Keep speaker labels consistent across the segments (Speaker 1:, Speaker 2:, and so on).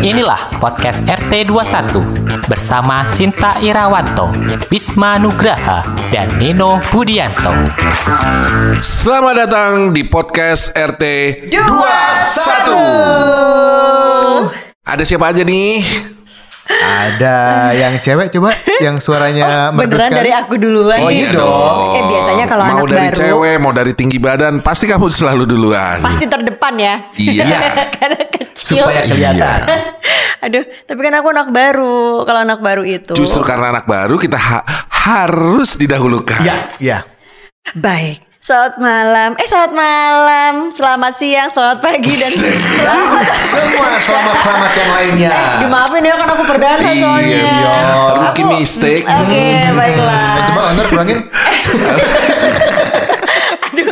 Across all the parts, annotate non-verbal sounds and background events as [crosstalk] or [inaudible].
Speaker 1: Inilah podcast RT21 bersama Sinta Irawanto, Bisma Nugraha, dan Nino Budianto.
Speaker 2: Selamat datang di podcast RT 21. Ada siapa aja nih?
Speaker 3: Ada yang cewek coba yang suaranya
Speaker 4: Oh,
Speaker 3: merdu
Speaker 4: Beneran
Speaker 2: kan?
Speaker 3: sekali.
Speaker 4: dari aku duluan
Speaker 3: Oh,
Speaker 4: nih.
Speaker 3: iya dong.
Speaker 4: Eh biasanya kalau
Speaker 2: mau
Speaker 4: anak
Speaker 2: dari
Speaker 4: baru
Speaker 2: cewek, mau dari tinggi badan, pasti kamu selalu duluan.
Speaker 4: pasti terdepan ya.
Speaker 2: Iya.
Speaker 4: [laughs] Karena kecil.
Speaker 3: supaya kelihatan.
Speaker 2: Iya.
Speaker 4: Aduh, tapi kan aku anak baru. Kalau anak baru itu.
Speaker 2: Justru karena anak baru kita ha- harus didahulukan.
Speaker 3: Ya, ya.
Speaker 4: Baik. Selamat malam. Eh selamat malam. Selamat siang, selamat pagi
Speaker 2: [laughs]
Speaker 4: dan selamat.
Speaker 3: Semua selamat-selamat yang lainnya.
Speaker 4: Dimaafin ya kan aku perdana
Speaker 2: Iya,
Speaker 4: soalnya.
Speaker 2: iya.
Speaker 4: Aku-
Speaker 2: Rookie mistake.
Speaker 4: Oke, baiklah.
Speaker 3: Eh, Coba honor kurangin.
Speaker 4: Aduh,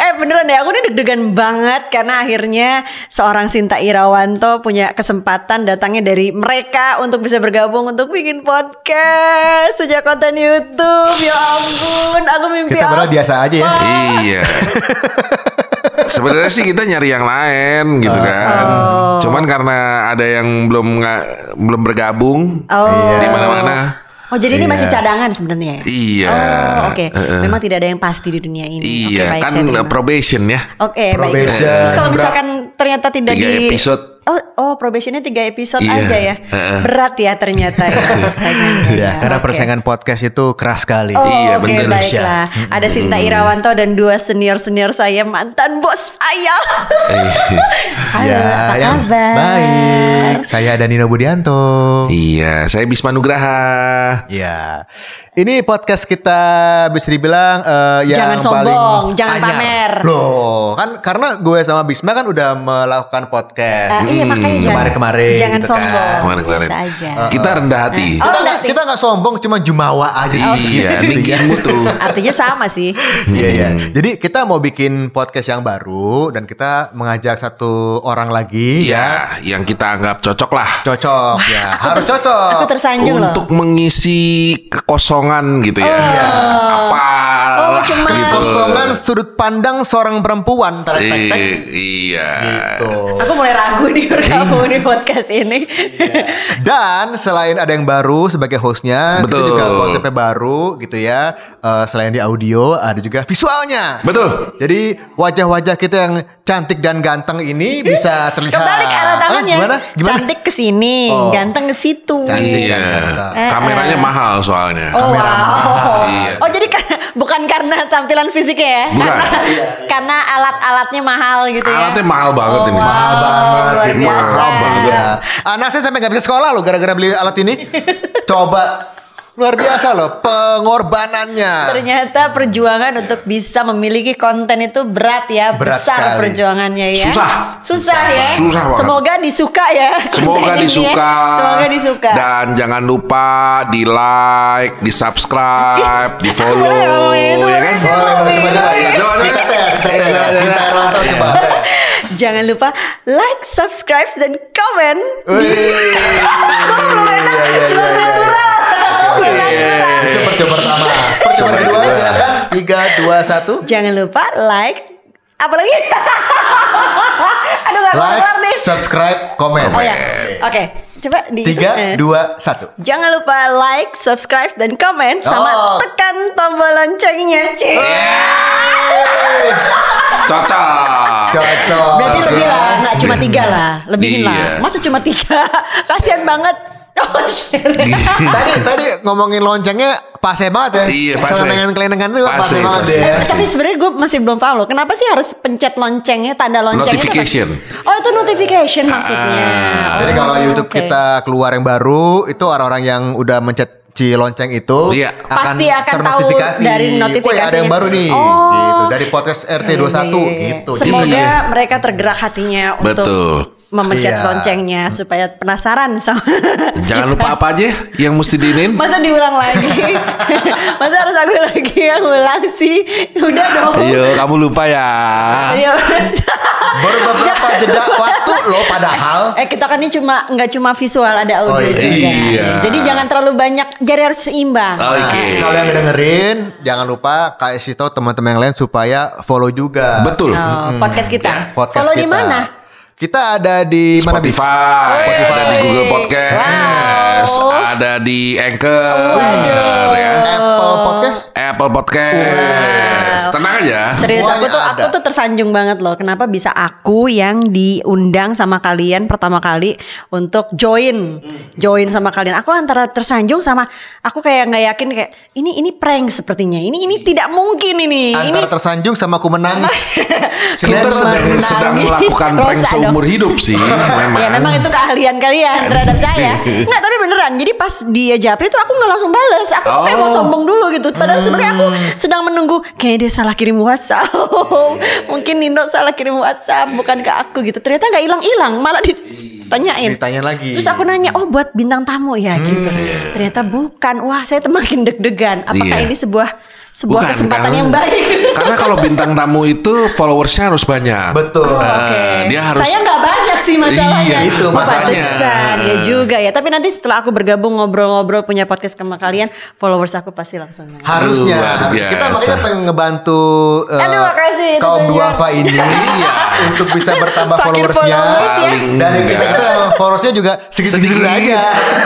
Speaker 4: eh beneran ya aku ini deg-degan banget karena akhirnya seorang Sinta Irawanto punya kesempatan datangnya dari mereka untuk bisa bergabung untuk bikin podcast sejak konten YouTube. Ya ampun, aku mimpi
Speaker 3: Kita
Speaker 4: apa?
Speaker 3: berada biasa aja ya.
Speaker 2: Iya.
Speaker 4: [laughs]
Speaker 2: Sebenarnya sih kita nyari yang lain gitu
Speaker 4: Oh.
Speaker 2: kan. Cuman karena ada yang belum nga- belum bergabung
Speaker 4: Oh.
Speaker 2: di mana-mana.
Speaker 4: Oh jadi ini
Speaker 3: Iya.
Speaker 4: masih cadangan sebenarnya ya?
Speaker 2: Iya.
Speaker 4: Oh oke.
Speaker 2: Heeh.
Speaker 4: Memang tidak ada yang pasti di dunia ini. Oke,
Speaker 2: Iya,
Speaker 4: baik,
Speaker 2: kan
Speaker 4: saya terima.
Speaker 2: probation
Speaker 4: [laughs]
Speaker 2: ya.
Speaker 4: Oke baik.
Speaker 3: Probation.
Speaker 4: Terus kalau misalkan ternyata tidak
Speaker 2: Tiga
Speaker 4: di
Speaker 2: episode.
Speaker 4: Oh, oh probationnya tiga episode
Speaker 2: Iya.
Speaker 4: aja ya.
Speaker 2: Heeh.
Speaker 4: Berat ya ternyata. ya, persaingannya.
Speaker 3: Ya, karena
Speaker 4: Oke.
Speaker 3: persaingan podcast itu keras sekali.
Speaker 4: Oh,
Speaker 2: Iya,
Speaker 4: oke,
Speaker 2: bener.
Speaker 4: baiklah. Ada Sinta Irawanto dan dua senior-senior saya mantan bos saya.
Speaker 2: Eh.
Speaker 4: Halo, apa
Speaker 3: yang
Speaker 4: kabar?
Speaker 3: Iya, Ya, baik. Saya ada Nino Budianto.
Speaker 2: Iya, saya Bisma Nugraha.
Speaker 3: Ya, ini podcast kita bisa dibilang eh, yang
Speaker 4: Jangan sombong,
Speaker 3: paling
Speaker 4: jangan
Speaker 3: anyar.
Speaker 4: pamer.
Speaker 3: Loh, kan karena gue sama Bisma kan udah melakukan
Speaker 4: Ah,
Speaker 3: podcast.
Speaker 4: iya makanya jangan
Speaker 3: Kemarin-kemarin
Speaker 4: jangan
Speaker 3: gitu kan.
Speaker 4: sombong.
Speaker 2: Kemarin-kemarin.
Speaker 4: Biasa aja.
Speaker 2: Kita rendah hati.
Speaker 4: Oh,
Speaker 3: kita nggak
Speaker 4: berarti-
Speaker 3: kita nggak sombong, cuma jumawa aja. [laughs]
Speaker 2: Iya,
Speaker 3: Gitu ya.
Speaker 2: ninggiin mutu.
Speaker 4: Artinya sama sih.
Speaker 3: Iya ya. Jadi kita mau bikin podcast yang baru dan kita mengajak satu orang lagi ya.
Speaker 2: Iya, yang kita anggap cocok lah.
Speaker 3: Cocok ya. Harus cocok.
Speaker 4: Aku tersanjung loh.
Speaker 2: Untuk mengisi kekosongan gitu ya. gitu. Apa
Speaker 4: Oh, cuma-
Speaker 3: Kosongan sudut pandang seorang perempuan tarik tek tek
Speaker 2: I- Iya.
Speaker 3: gitu.
Speaker 4: Aku mulai ragu nih [laughs] bergabung di podcast ini.
Speaker 3: Iya. Dan selain ada yang baru sebagai hostnya, kita
Speaker 2: Betul.
Speaker 3: juga konsepnya baru gitu ya. Eh, selain di audio, ada juga visualnya.
Speaker 2: Betul.
Speaker 3: Jadi wajah-wajah kita yang cantik dan ganteng ini bisa terlihat.
Speaker 4: Kebalik arah tangannya.
Speaker 3: Eh, gimana? Gimana?
Speaker 4: Cantik ke sini,
Speaker 3: Oh.
Speaker 4: ganteng ke situ.
Speaker 3: Cantik.
Speaker 2: Iya.
Speaker 3: Iya.
Speaker 2: Kameranya mahal soalnya.
Speaker 4: Oh,
Speaker 3: Kamera
Speaker 4: wow.
Speaker 2: Iya.
Speaker 4: oh jadi karena, bukan karena tampilan fisiknya ya,
Speaker 2: Bukan.
Speaker 4: karena karena alat-alatnya mahal gitu ya.
Speaker 2: Alatnya mahal banget ini.
Speaker 3: Iya, Mahal banget,
Speaker 4: luar
Speaker 3: ini
Speaker 4: biasa.
Speaker 3: mahal banget. Anak Iya. Ah, nah, saya sampai nggak bisa sekolah loh gara-gara beli alat ini. Coba luar biasa loh pengorbanannya.
Speaker 4: Ternyata perjuangan untuk bisa memiliki konten itu berat ya,
Speaker 3: Iya. Berat
Speaker 4: besar
Speaker 3: sekali.
Speaker 4: perjuangannya ya.
Speaker 2: Susah.
Speaker 4: Susah ya.
Speaker 2: Susah banget.
Speaker 4: Semoga disuka ya.
Speaker 2: Semoga
Speaker 4: konten ini ya.
Speaker 2: disuka.
Speaker 4: Semoga disuka.
Speaker 2: Dan jangan lupa di like, di
Speaker 4: [laughs]
Speaker 2: subscribe, di
Speaker 4: Boleh
Speaker 2: follow,
Speaker 4: ngomong itu,
Speaker 2: ya kan?
Speaker 4: boleh ngomong
Speaker 3: Boleh,
Speaker 4: itu.
Speaker 3: coba-coba ya.
Speaker 2: Coba, coba.
Speaker 3: Kita tes, kita tes. Kita Ronto coba tes.
Speaker 4: Jangan lupa like, subscribe dan komen.
Speaker 3: Wih. Iya, iya, iya, iya.
Speaker 4: Belum natural.
Speaker 3: Itu percobaan pertama. Percobaan kedua silakan. Tiga, dua, satu.
Speaker 4: Jangan lupa like apalagi [laughs] Aduh gak
Speaker 3: Like,
Speaker 4: keluar nih.
Speaker 3: subscribe, komen.
Speaker 4: Oh ya. Oke, coba di
Speaker 3: Tiga,
Speaker 4: eh.
Speaker 3: dua, satu.
Speaker 4: Jangan lupa like, subscribe dan komen sama
Speaker 3: Oh.
Speaker 4: tekan tombol loncengnya, Ci.
Speaker 2: Cocok.
Speaker 3: Cocok.
Speaker 4: Berarti lebih lah,
Speaker 3: Iya.
Speaker 4: nggak cuma tiga lah, lebihin
Speaker 2: Iya.
Speaker 4: lah. Masa cuma tiga? [laughs] Kasihan banget. Oh, share.
Speaker 3: Iya
Speaker 4: [laughs]
Speaker 3: tadi tadi ngomongin loncengnya pase banget ya.
Speaker 2: Iya, pase.
Speaker 3: Kelenengan kelenengan itu
Speaker 2: Pase,
Speaker 3: pase banget
Speaker 2: pase.
Speaker 3: ya.
Speaker 4: Eh, tapi sebenarnya gue masih belum paham loh. Kenapa sih harus pencet loncengnya, tanda loncengnya? itu-
Speaker 2: Notification.
Speaker 4: Oh itu notification maksudnya.
Speaker 2: Ah.
Speaker 3: Jadi
Speaker 4: Oh,
Speaker 3: kalau YouTube
Speaker 4: oke.
Speaker 3: kita keluar yang baru itu orang-orang yang udah mencet si lonceng itu
Speaker 2: Iya.
Speaker 4: Pasti akan tahu dari
Speaker 3: Woi, ada yang
Speaker 4: notifikasinya.
Speaker 3: baru nih
Speaker 4: Oh.
Speaker 3: gitu dari podcast RT21
Speaker 4: Iya, iya, iya.
Speaker 3: gitu.
Speaker 4: Semoga
Speaker 2: Iya.
Speaker 4: mereka tergerak hatinya untuk
Speaker 2: Betul.
Speaker 4: memencet
Speaker 3: Iya.
Speaker 4: loncengnya supaya penasaran sama. [laughs]
Speaker 2: Jangan lupa apa aja yang mesti diinin.
Speaker 4: Masa diulang lagi? [laughs] Masa harus aku lagi yang ulang sih? Udah dong.
Speaker 2: Ayo, kamu lupa ya.
Speaker 4: Iya. [laughs]
Speaker 3: baru beberapa jeda waktu loh padahal
Speaker 4: eh kita kan ini cuma nggak cuma visual ada
Speaker 3: Oh,
Speaker 4: audio
Speaker 3: iya.
Speaker 4: juga.
Speaker 2: Iya. Oh,
Speaker 4: Jadi jangan terlalu banyak. Jadi harus seimbang.
Speaker 2: Oke.
Speaker 3: Nah, Kalau yang dengerin jangan lupa kasih tahu teman-teman yang lain supaya follow juga.
Speaker 2: Betul.
Speaker 4: Oh, podcast kita.
Speaker 3: Iya, Podcast
Speaker 4: Follow
Speaker 3: kita.
Speaker 4: di mana?
Speaker 3: Kita Kita ada di mana bis?
Speaker 2: Spotify,
Speaker 3: Spotify.
Speaker 2: ada di Google Podcast, ada di Anchor, ya.
Speaker 3: Apple Podcast.
Speaker 2: Apple Podcast. Tenang aja.
Speaker 4: Serius aku
Speaker 3: kan? Semuanya
Speaker 4: tuh aku
Speaker 3: ada.
Speaker 4: tuh tersanjung banget loh. Kenapa bisa aku yang diundang sama kalian pertama kali untuk join,
Speaker 3: Hmm.
Speaker 4: join sama kalian. Aku antara tersanjung sama aku kayak nggak yakin kayak ini ini prank sepertinya. Ini ini tidak mungkin ini. ini
Speaker 3: Iya. Antara tersanjung sama aku
Speaker 4: [laughs]
Speaker 3: menangis.
Speaker 2: Kita
Speaker 3: Sinetron.
Speaker 2: sedang,
Speaker 4: menangis.
Speaker 2: sedang melakukan prank
Speaker 4: Rosa dong.
Speaker 2: seumur hidup sih, memang.
Speaker 4: [laughs] Ya memang itu keahlian kalian terhadap
Speaker 2: [laughs]
Speaker 4: saya Nggak tapi beneran Jadi pas dia japri tuh aku nggak langsung bales Aku tuh kayak
Speaker 2: Oh.
Speaker 4: mau
Speaker 2: Hmm.
Speaker 4: sombong dulu gitu Padahal sebenarnya aku sedang menunggu Kayaknya dia salah kirim whatsapp [laughs] Mungkin Nino salah kirim whatsapp Bukan ke aku gitu Ternyata nggak hilang-hilang Malah
Speaker 2: Iya,
Speaker 4: ditanyain
Speaker 3: Ditanyain lagi.
Speaker 4: Terus aku nanya Oh buat bintang tamu ya
Speaker 2: Hmm,
Speaker 4: gitu Ternyata bukan Wah saya tuh makin deg-degan Apakah
Speaker 2: Iya.
Speaker 4: ini sebuah Sebuah
Speaker 2: Bukan, kan?
Speaker 4: kesempatan
Speaker 2: karena-
Speaker 4: yang baik [laughs]
Speaker 2: Karena kalau bintang tamu itu followersnya harus banyak.
Speaker 3: Betul.
Speaker 4: Oh,
Speaker 2: Eh,
Speaker 4: Oke.
Speaker 2: dia harus-
Speaker 4: Saya nggak banyak sih masalahnya.
Speaker 3: Iya, itu masalahnya.
Speaker 4: Pantesan, Ya juga ya. Tapi nanti setelah aku bergabung ngobrol-ngobrol punya podcast sama kalian, followers aku pasti langsung. naik.
Speaker 3: Harusnya.
Speaker 2: Luar
Speaker 3: harusnya. Kita
Speaker 2: biasa.
Speaker 3: makanya pengen ngebantu eh,
Speaker 4: Aduh, makasih, itu
Speaker 3: kaum
Speaker 4: tujuan.
Speaker 3: duafa
Speaker 2: [laughs]
Speaker 3: ini
Speaker 2: Iya.
Speaker 3: untuk bisa bertambah
Speaker 4: Fakir
Speaker 3: followersnya.
Speaker 4: followers ya.
Speaker 2: Paling
Speaker 3: Dan kita
Speaker 2: enggak.
Speaker 3: kita emang followersnya juga segitu-segitu
Speaker 2: Sedikit. [laughs]
Speaker 3: aja.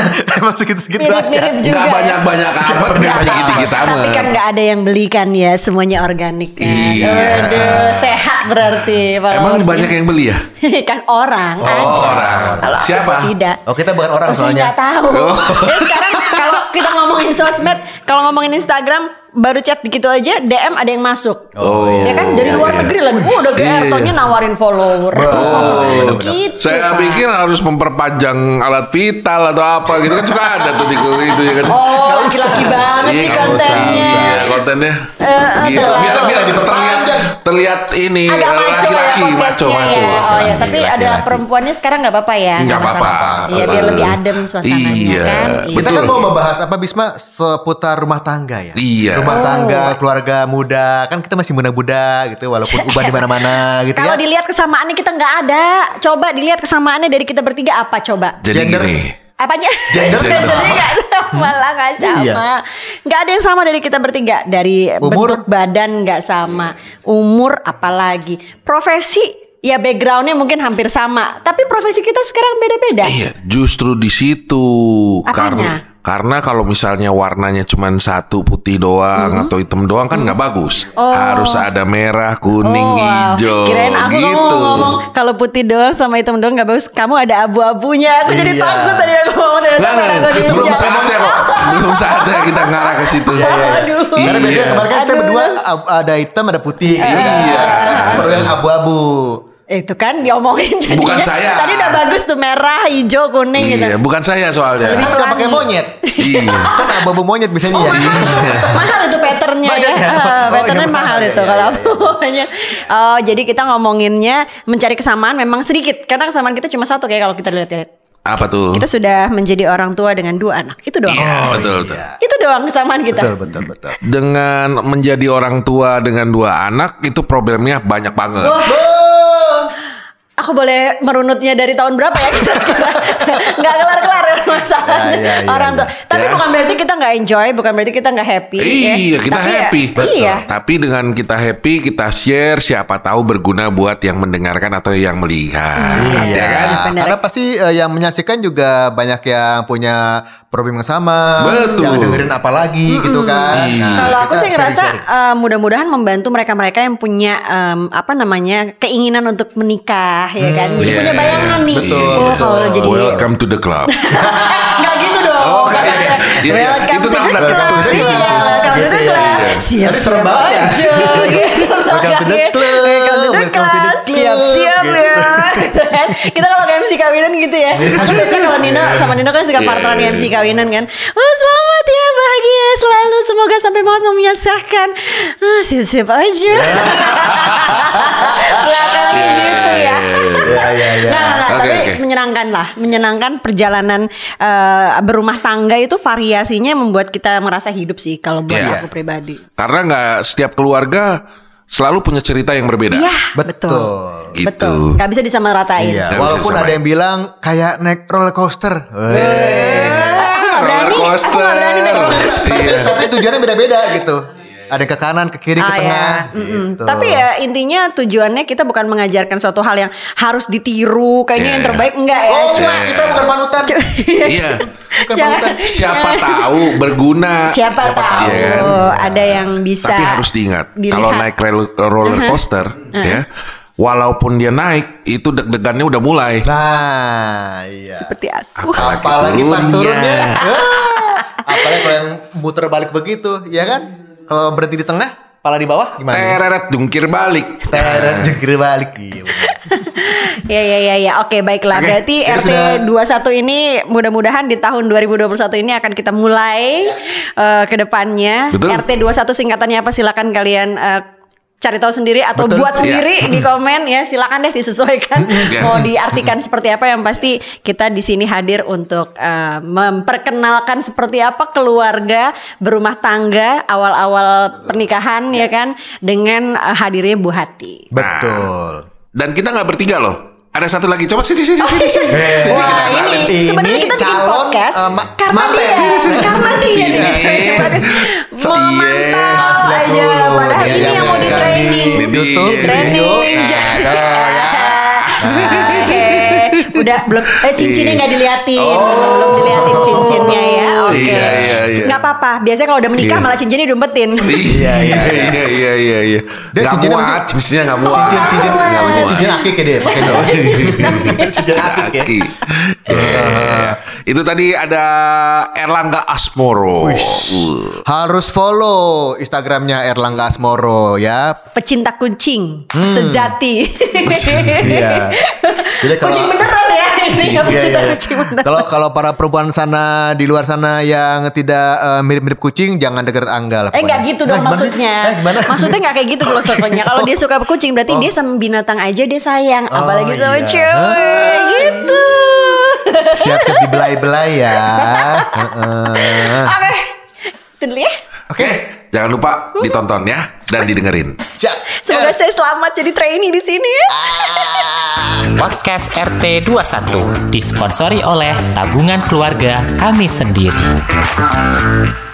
Speaker 3: [laughs] Emang segitu-segitu aja.
Speaker 4: Mirip-mirip juga.
Speaker 2: Nggak
Speaker 4: ya.
Speaker 2: banyak-banyak amat,
Speaker 3: Nggak
Speaker 2: nggak dikit-dikit amat.
Speaker 4: Tapi kan nggak ada yang beli kan ya, semuanya organik. kan.
Speaker 2: Iya.
Speaker 4: Waduh, sehat berarti.
Speaker 2: Emang
Speaker 4: followersnya.
Speaker 2: banyak yang beli ya?
Speaker 4: [laughs] kan orang.
Speaker 2: Oh,
Speaker 4: ada.
Speaker 2: orang.
Speaker 4: Kalau aku
Speaker 2: Siapa?
Speaker 4: sih tidak.
Speaker 3: Oh, kita bukan orang
Speaker 4: Oh, saya
Speaker 3: soalnya.
Speaker 4: nggak tahu. [laughs] Ya, sekarang kalau kita ngomongin sosmed, kalau ngomongin Instagram, baru chat gitu aja, DM ada yang masuk.
Speaker 3: Oh,
Speaker 4: ya kan dari
Speaker 3: iya,
Speaker 4: luar
Speaker 3: iya.
Speaker 4: negeri lagi. Oh, udah GR
Speaker 2: Iya.
Speaker 4: taunya nawarin follower.
Speaker 3: Oh,
Speaker 4: gitu.
Speaker 2: Saya
Speaker 4: Pak.
Speaker 2: pikir harus memperpanjang alat vital atau apa gitu kan suka ada tuh di itu ya kan.
Speaker 4: Oh, laki-laki banget
Speaker 2: Iya, nggak
Speaker 4: sih
Speaker 2: usah,
Speaker 4: kontennya.
Speaker 2: nggak usah. Iya, kontennya.
Speaker 4: Eh,
Speaker 2: Gitu.
Speaker 4: terlalu-
Speaker 2: biar biar terlihat
Speaker 3: ya,
Speaker 2: terlihat ini eh,
Speaker 4: Agak maco ya
Speaker 2: laki-laki maco
Speaker 4: podcastnya
Speaker 2: maco. Iya,
Speaker 4: ya. Oh ya, tapi ada
Speaker 3: Laki-laki.
Speaker 4: perempuannya sekarang nggak apa-apa ya.
Speaker 2: Nggak
Speaker 4: masalah.
Speaker 2: apa-apa.
Speaker 4: Iya, biar
Speaker 2: Eh,
Speaker 4: lebih adem suasananya
Speaker 2: iya,
Speaker 4: kan. Iya.
Speaker 3: Kita kan
Speaker 2: Betul.
Speaker 3: mau membahas apa Bisma seputar rumah tangga ya.
Speaker 2: Iya.
Speaker 3: Rumah tangga,
Speaker 4: Oh.
Speaker 3: keluarga muda, kan kita masih muda-muda gitu walaupun
Speaker 4: [laughs]
Speaker 3: uban di mana-mana gitu
Speaker 4: Kalau
Speaker 3: ya.
Speaker 4: dilihat kesamaannya kita nggak ada. Coba dilihat kesamaannya dari kita bertiga apa coba?
Speaker 2: Jadi
Speaker 3: Gender.
Speaker 2: gini.
Speaker 4: Apanya?
Speaker 3: Gender
Speaker 4: Gendernya
Speaker 3: nggak sama.
Speaker 4: nggak sama lah nggak sama.
Speaker 3: Iya.
Speaker 4: Nggak ada yang sama dari kita bertiga. Dari
Speaker 3: Umur?
Speaker 4: bentuk badan nggak sama, umur apalagi, profesi ya backgroundnya mungkin hampir sama. Tapi profesi kita sekarang beda-beda.
Speaker 2: Iya, justru di situ
Speaker 4: Apanya?
Speaker 2: karena karena kalau misalnya warnanya cuma satu putih doang
Speaker 4: Mm-hmm.
Speaker 2: atau hitam doang kan nggak bagus. Harus ada merah, kuning,
Speaker 4: Oh, wow.
Speaker 2: hijau
Speaker 4: Kirain aku
Speaker 2: gitu.
Speaker 4: kamu mau ngomong kalau putih doang sama hitam doang nggak bagus. Kamu ada abu-abunya. Aku jadi
Speaker 3: Iya.
Speaker 4: takut tadi aku ngomong ternyata
Speaker 2: Nggak,
Speaker 4: merah
Speaker 2: nggak.
Speaker 4: kuning
Speaker 2: belum
Speaker 4: hijau.
Speaker 2: saatnya kok. Belum saatnya kita ngarah ke situ.
Speaker 4: Iya, Aduh.
Speaker 3: Karena biasanya
Speaker 2: Iya.
Speaker 3: kemarin kan kita
Speaker 4: Aduh.
Speaker 3: berdua ab- ada hitam ada putih gitu kan.
Speaker 2: Iya.
Speaker 3: Perlu yang abu-abu.
Speaker 4: Itu kan diomongin jadinya.
Speaker 2: Bukan saya.
Speaker 4: Tadi udah bagus tuh merah, hijau, kuning gitu.
Speaker 2: Iya, bukan saya soalnya.
Speaker 3: Ini Kan nggak pakai
Speaker 4: pelangi. Oh, iya.
Speaker 3: monyet.
Speaker 2: iya.
Speaker 3: Kan abu-abu monyet biasanya ya.
Speaker 4: mahal itu patternnya ya.
Speaker 3: Banyak ya?
Speaker 4: Ah,
Speaker 3: Oh,
Speaker 4: patternnya
Speaker 3: iya,
Speaker 4: mahal
Speaker 3: iya,
Speaker 4: itu
Speaker 3: iya,
Speaker 4: kalau
Speaker 3: iya.
Speaker 4: apanya. Oh, jadi kita ngomonginnya mencari kesamaan memang sedikit karena kesamaan kita cuma satu kayak kalau kita lihat ya.
Speaker 2: Apa tuh?
Speaker 4: Kita Oh, sudah menjadi orang tua dengan dua anak. Itu doang.
Speaker 2: Iya, betul,
Speaker 3: iya.
Speaker 2: betul.
Speaker 4: Itu doang kesamaan kita.
Speaker 3: Betul, betul, betul.
Speaker 2: Dengan menjadi orang tua dengan dua anak itu problemnya banyak banget.
Speaker 4: Aku boleh merunutnya dari tahun berapa ya? [laughs] Nggak kelar-kelar masalahnya
Speaker 3: Ya, ya, ya,
Speaker 4: orang
Speaker 3: ya.
Speaker 4: tua. Tapi
Speaker 2: Ya.
Speaker 4: bukan berarti kita nggak enjoy, bukan berarti kita nggak happy. ya.
Speaker 2: Iya, kita
Speaker 4: Tapi ya-
Speaker 2: happy.
Speaker 4: Iya.
Speaker 2: Tapi dengan kita happy, kita share siapa tahu berguna buat yang mendengarkan atau yang melihat.
Speaker 3: Iya
Speaker 2: Ya kan?
Speaker 4: Benar.
Speaker 3: Karena pasti eh, yang menyaksikan juga banyak yang punya problem yang sama.
Speaker 2: Betul. Iya.
Speaker 3: Yang dengerin apa lagi gitu kan. Nah,
Speaker 4: Kalau aku
Speaker 3: kita
Speaker 4: sih ngerasa
Speaker 3: sharing-sharing.
Speaker 4: eh, mudah-mudahan membantu mereka-mereka yang punya em, apa namanya keinginan untuk menikah ya kan.
Speaker 3: Hmm.
Speaker 4: Jadi
Speaker 2: Iya.
Speaker 4: punya bayangan nih.
Speaker 3: Betul,
Speaker 4: oh,
Speaker 3: betul.
Speaker 4: kalau jadi Oh,
Speaker 2: Welcome to the
Speaker 4: [laughs]
Speaker 2: club.
Speaker 4: Enggak gitu dong.
Speaker 2: Oh,
Speaker 4: Nggak
Speaker 2: iya, iya.
Speaker 4: ada.
Speaker 2: Iya, iya.
Speaker 4: Welcome
Speaker 2: Itu
Speaker 4: to the
Speaker 2: tanda-
Speaker 4: club.
Speaker 2: welcome
Speaker 3: to the
Speaker 4: Iya,
Speaker 3: club.
Speaker 4: welcome to the
Speaker 3: Gitu ya,
Speaker 4: club.
Speaker 3: iya.
Speaker 4: Siap
Speaker 3: Tapi serem
Speaker 4: siap
Speaker 3: banget ya.
Speaker 4: aja gitu.
Speaker 3: [laughs] Welcome to the
Speaker 4: makanya.
Speaker 3: club.
Speaker 4: Welcome to the club. Siap siap
Speaker 3: Gitu.
Speaker 4: ya. Gitu kan. Kita kalau ke MC kawinan gitu ya.
Speaker 3: Iya.
Speaker 4: Aku biasanya kalau Nino sama Nino kan suka partneran ke MC kawinan kan. Oh selamat ya bahagia selalu semoga sampai maut memisahkan. Ah, siap siap
Speaker 3: [laughs]
Speaker 4: aja. Belakangnya gitu ya. [laughs]
Speaker 3: Iya, iya, iya.
Speaker 4: Nah, nah,
Speaker 2: Ya. Oke,
Speaker 4: tapi
Speaker 2: oke.
Speaker 4: menyenangkan lah, menyenangkan perjalanan eh, berumah tangga itu variasinya membuat kita merasa hidup sih kalau buat
Speaker 2: Iya.
Speaker 4: aku pribadi.
Speaker 2: Karena nggak setiap keluarga selalu punya cerita yang berbeda.
Speaker 4: Iya,
Speaker 3: Betul.
Speaker 4: betul.
Speaker 2: Gitu.
Speaker 4: Betul. Gak bisa disamaratain.
Speaker 3: Iya,
Speaker 2: Nggak bisa
Speaker 3: walaupun ada
Speaker 2: disamain.
Speaker 3: yang bilang kayak naik roller coaster.
Speaker 4: Eh, aku nggak berani, aku nggak berani naik roller
Speaker 3: Tapi, tapi tujuannya beda-beda gitu. Ada yang ke kanan, ke kiri, ke
Speaker 4: Ah,
Speaker 3: tengah.
Speaker 4: ya. Mm-mm.
Speaker 3: gitu.
Speaker 4: Tapi ya intinya tujuannya kita bukan mengajarkan suatu hal yang harus ditiru,
Speaker 2: Ya,
Speaker 4: kayaknya yang
Speaker 2: ya.
Speaker 4: terbaik enggak ya.
Speaker 3: Oh
Speaker 4: Cuma-
Speaker 3: enggak, kita bukan panutan.
Speaker 4: [laughs]
Speaker 2: Iya.
Speaker 3: Bukan
Speaker 4: Jangan.
Speaker 3: panutan.
Speaker 2: Siapa tahu berguna.
Speaker 4: Siapa tahu
Speaker 2: Iya kan?
Speaker 4: ada yang bisa.
Speaker 2: Tapi harus diingat
Speaker 4: dilihat. Uh-huh.
Speaker 2: kalau naik rel- roller coaster ya, walaupun dia naik itu deg-degannya udah mulai.
Speaker 3: Nah, iya.
Speaker 4: seperti aku.
Speaker 2: Apalagi
Speaker 3: Apalagi pas
Speaker 2: turunnya.
Speaker 3: turunnya. Ah, Apalagi kalau yang muter balik begitu, ya kan? Kalau berhenti di tengah, pala di bawah gimana?
Speaker 2: Teret jungkir balik.
Speaker 3: Teret jengkir balik. Iya, bener.
Speaker 4: ya ya ya ya. Oke, baiklah.
Speaker 2: Oke,
Speaker 4: Berarti
Speaker 3: itu
Speaker 4: RT 21 ini mudah-mudahan di tahun 2021 ini akan kita mulai eh, ke depannya.
Speaker 2: Betul.
Speaker 4: RT 21 singkatannya apa? Silakan kalian eh, cari tahu sendiri atau
Speaker 3: Betul.
Speaker 4: buat sendiri di komen ya. Silakan deh disesuaikan
Speaker 2: Ya.
Speaker 4: mau diartikan seperti apa yang pasti kita di sini hadir untuk eh, memperkenalkan seperti apa keluarga berumah tangga awal-awal pernikahan ya kan dengan eh, hadirnya Bu Hati.
Speaker 3: Betul.
Speaker 2: Dan kita nggak bertiga loh. Ada satu lagi. Coba sini sini sini sini.
Speaker 3: Eh.
Speaker 2: Sini kita
Speaker 4: Wah
Speaker 2: kenalin.
Speaker 4: ini
Speaker 3: Ini
Speaker 4: sebenarnya kita bikin
Speaker 3: calon,
Speaker 4: podcast
Speaker 3: eh, ma-
Speaker 4: karena
Speaker 3: mampir.
Speaker 4: dia,
Speaker 3: Sini, sini. Iya.
Speaker 4: karena dia
Speaker 2: Sini.
Speaker 3: [laughs]
Speaker 4: nih.
Speaker 2: So,
Speaker 4: Mau
Speaker 2: iya.
Speaker 4: mantau
Speaker 3: Lihat
Speaker 4: aja,
Speaker 3: dulu,
Speaker 4: Oh, iya, padahal
Speaker 3: dia
Speaker 4: ini yang mau di
Speaker 3: sekali
Speaker 4: training.
Speaker 2: Baby.
Speaker 3: YouTube, di iya, video.
Speaker 4: Training. [laughs]
Speaker 3: Nah, tuh, ya.
Speaker 4: Oke, udah belum eh cincinnya
Speaker 3: Iya.
Speaker 4: nggak diliatin,
Speaker 2: Oh.
Speaker 4: belum belum diliatin cincinnya ya. Oke,
Speaker 2: Iya, iya, iya.
Speaker 4: nggak apa-apa. Biasanya kalau udah menikah
Speaker 2: Iya.
Speaker 4: malah cincinnya diumpetin.
Speaker 2: Iya iya iya iya iya iya.
Speaker 3: Dia
Speaker 2: Nggak
Speaker 3: cincinnya
Speaker 2: muat,
Speaker 3: masih-
Speaker 2: cincinnya nggak muat.
Speaker 3: cincin cincin apa sih
Speaker 2: Muat.
Speaker 3: cincin akik ya dia
Speaker 4: [laughs]
Speaker 3: pakai tuh cincin akik ya
Speaker 2: Aki. Iya. Yeah. Itu tadi ada Erlangga Asmoro. Uh.
Speaker 3: harus follow Instagramnya Erlangga Asmoro ya
Speaker 4: Pecinta kucing sejati.
Speaker 3: Hmm.
Speaker 4: [laughs]
Speaker 3: Iya. Jadi kalau-
Speaker 4: kucing beneran ya ini nggak
Speaker 3: Iya,
Speaker 4: pecinta
Speaker 3: iya.
Speaker 4: kucing beneran.
Speaker 3: Kalau kalau para perempuan sana di luar sana yang tidak eh, mirip-mirip kucing jangan deket Angga lah.
Speaker 4: Eh nggak
Speaker 3: pokoknya.
Speaker 4: gitu dong
Speaker 3: Nah, gimana?
Speaker 4: maksudnya.
Speaker 3: Eh, gimana? Oh.
Speaker 4: Maksudnya nggak kayak gitu loh soalnya. Kalau dia suka kucing berarti dia sama binatang aja dia sayang, apalagi sama
Speaker 3: iya.
Speaker 4: cewek gitu.
Speaker 3: siap-siap dibelai-belai ya.
Speaker 4: [laughs] Oke. Itu dulu ya.
Speaker 2: Oke, Eh, jangan lupa ditonton ya dan didengerin.
Speaker 4: Semoga
Speaker 3: Eh.
Speaker 4: saya selamat jadi trainee di sini ya.
Speaker 1: Podcast RT21 disponsori oleh tabungan keluarga kami sendiri.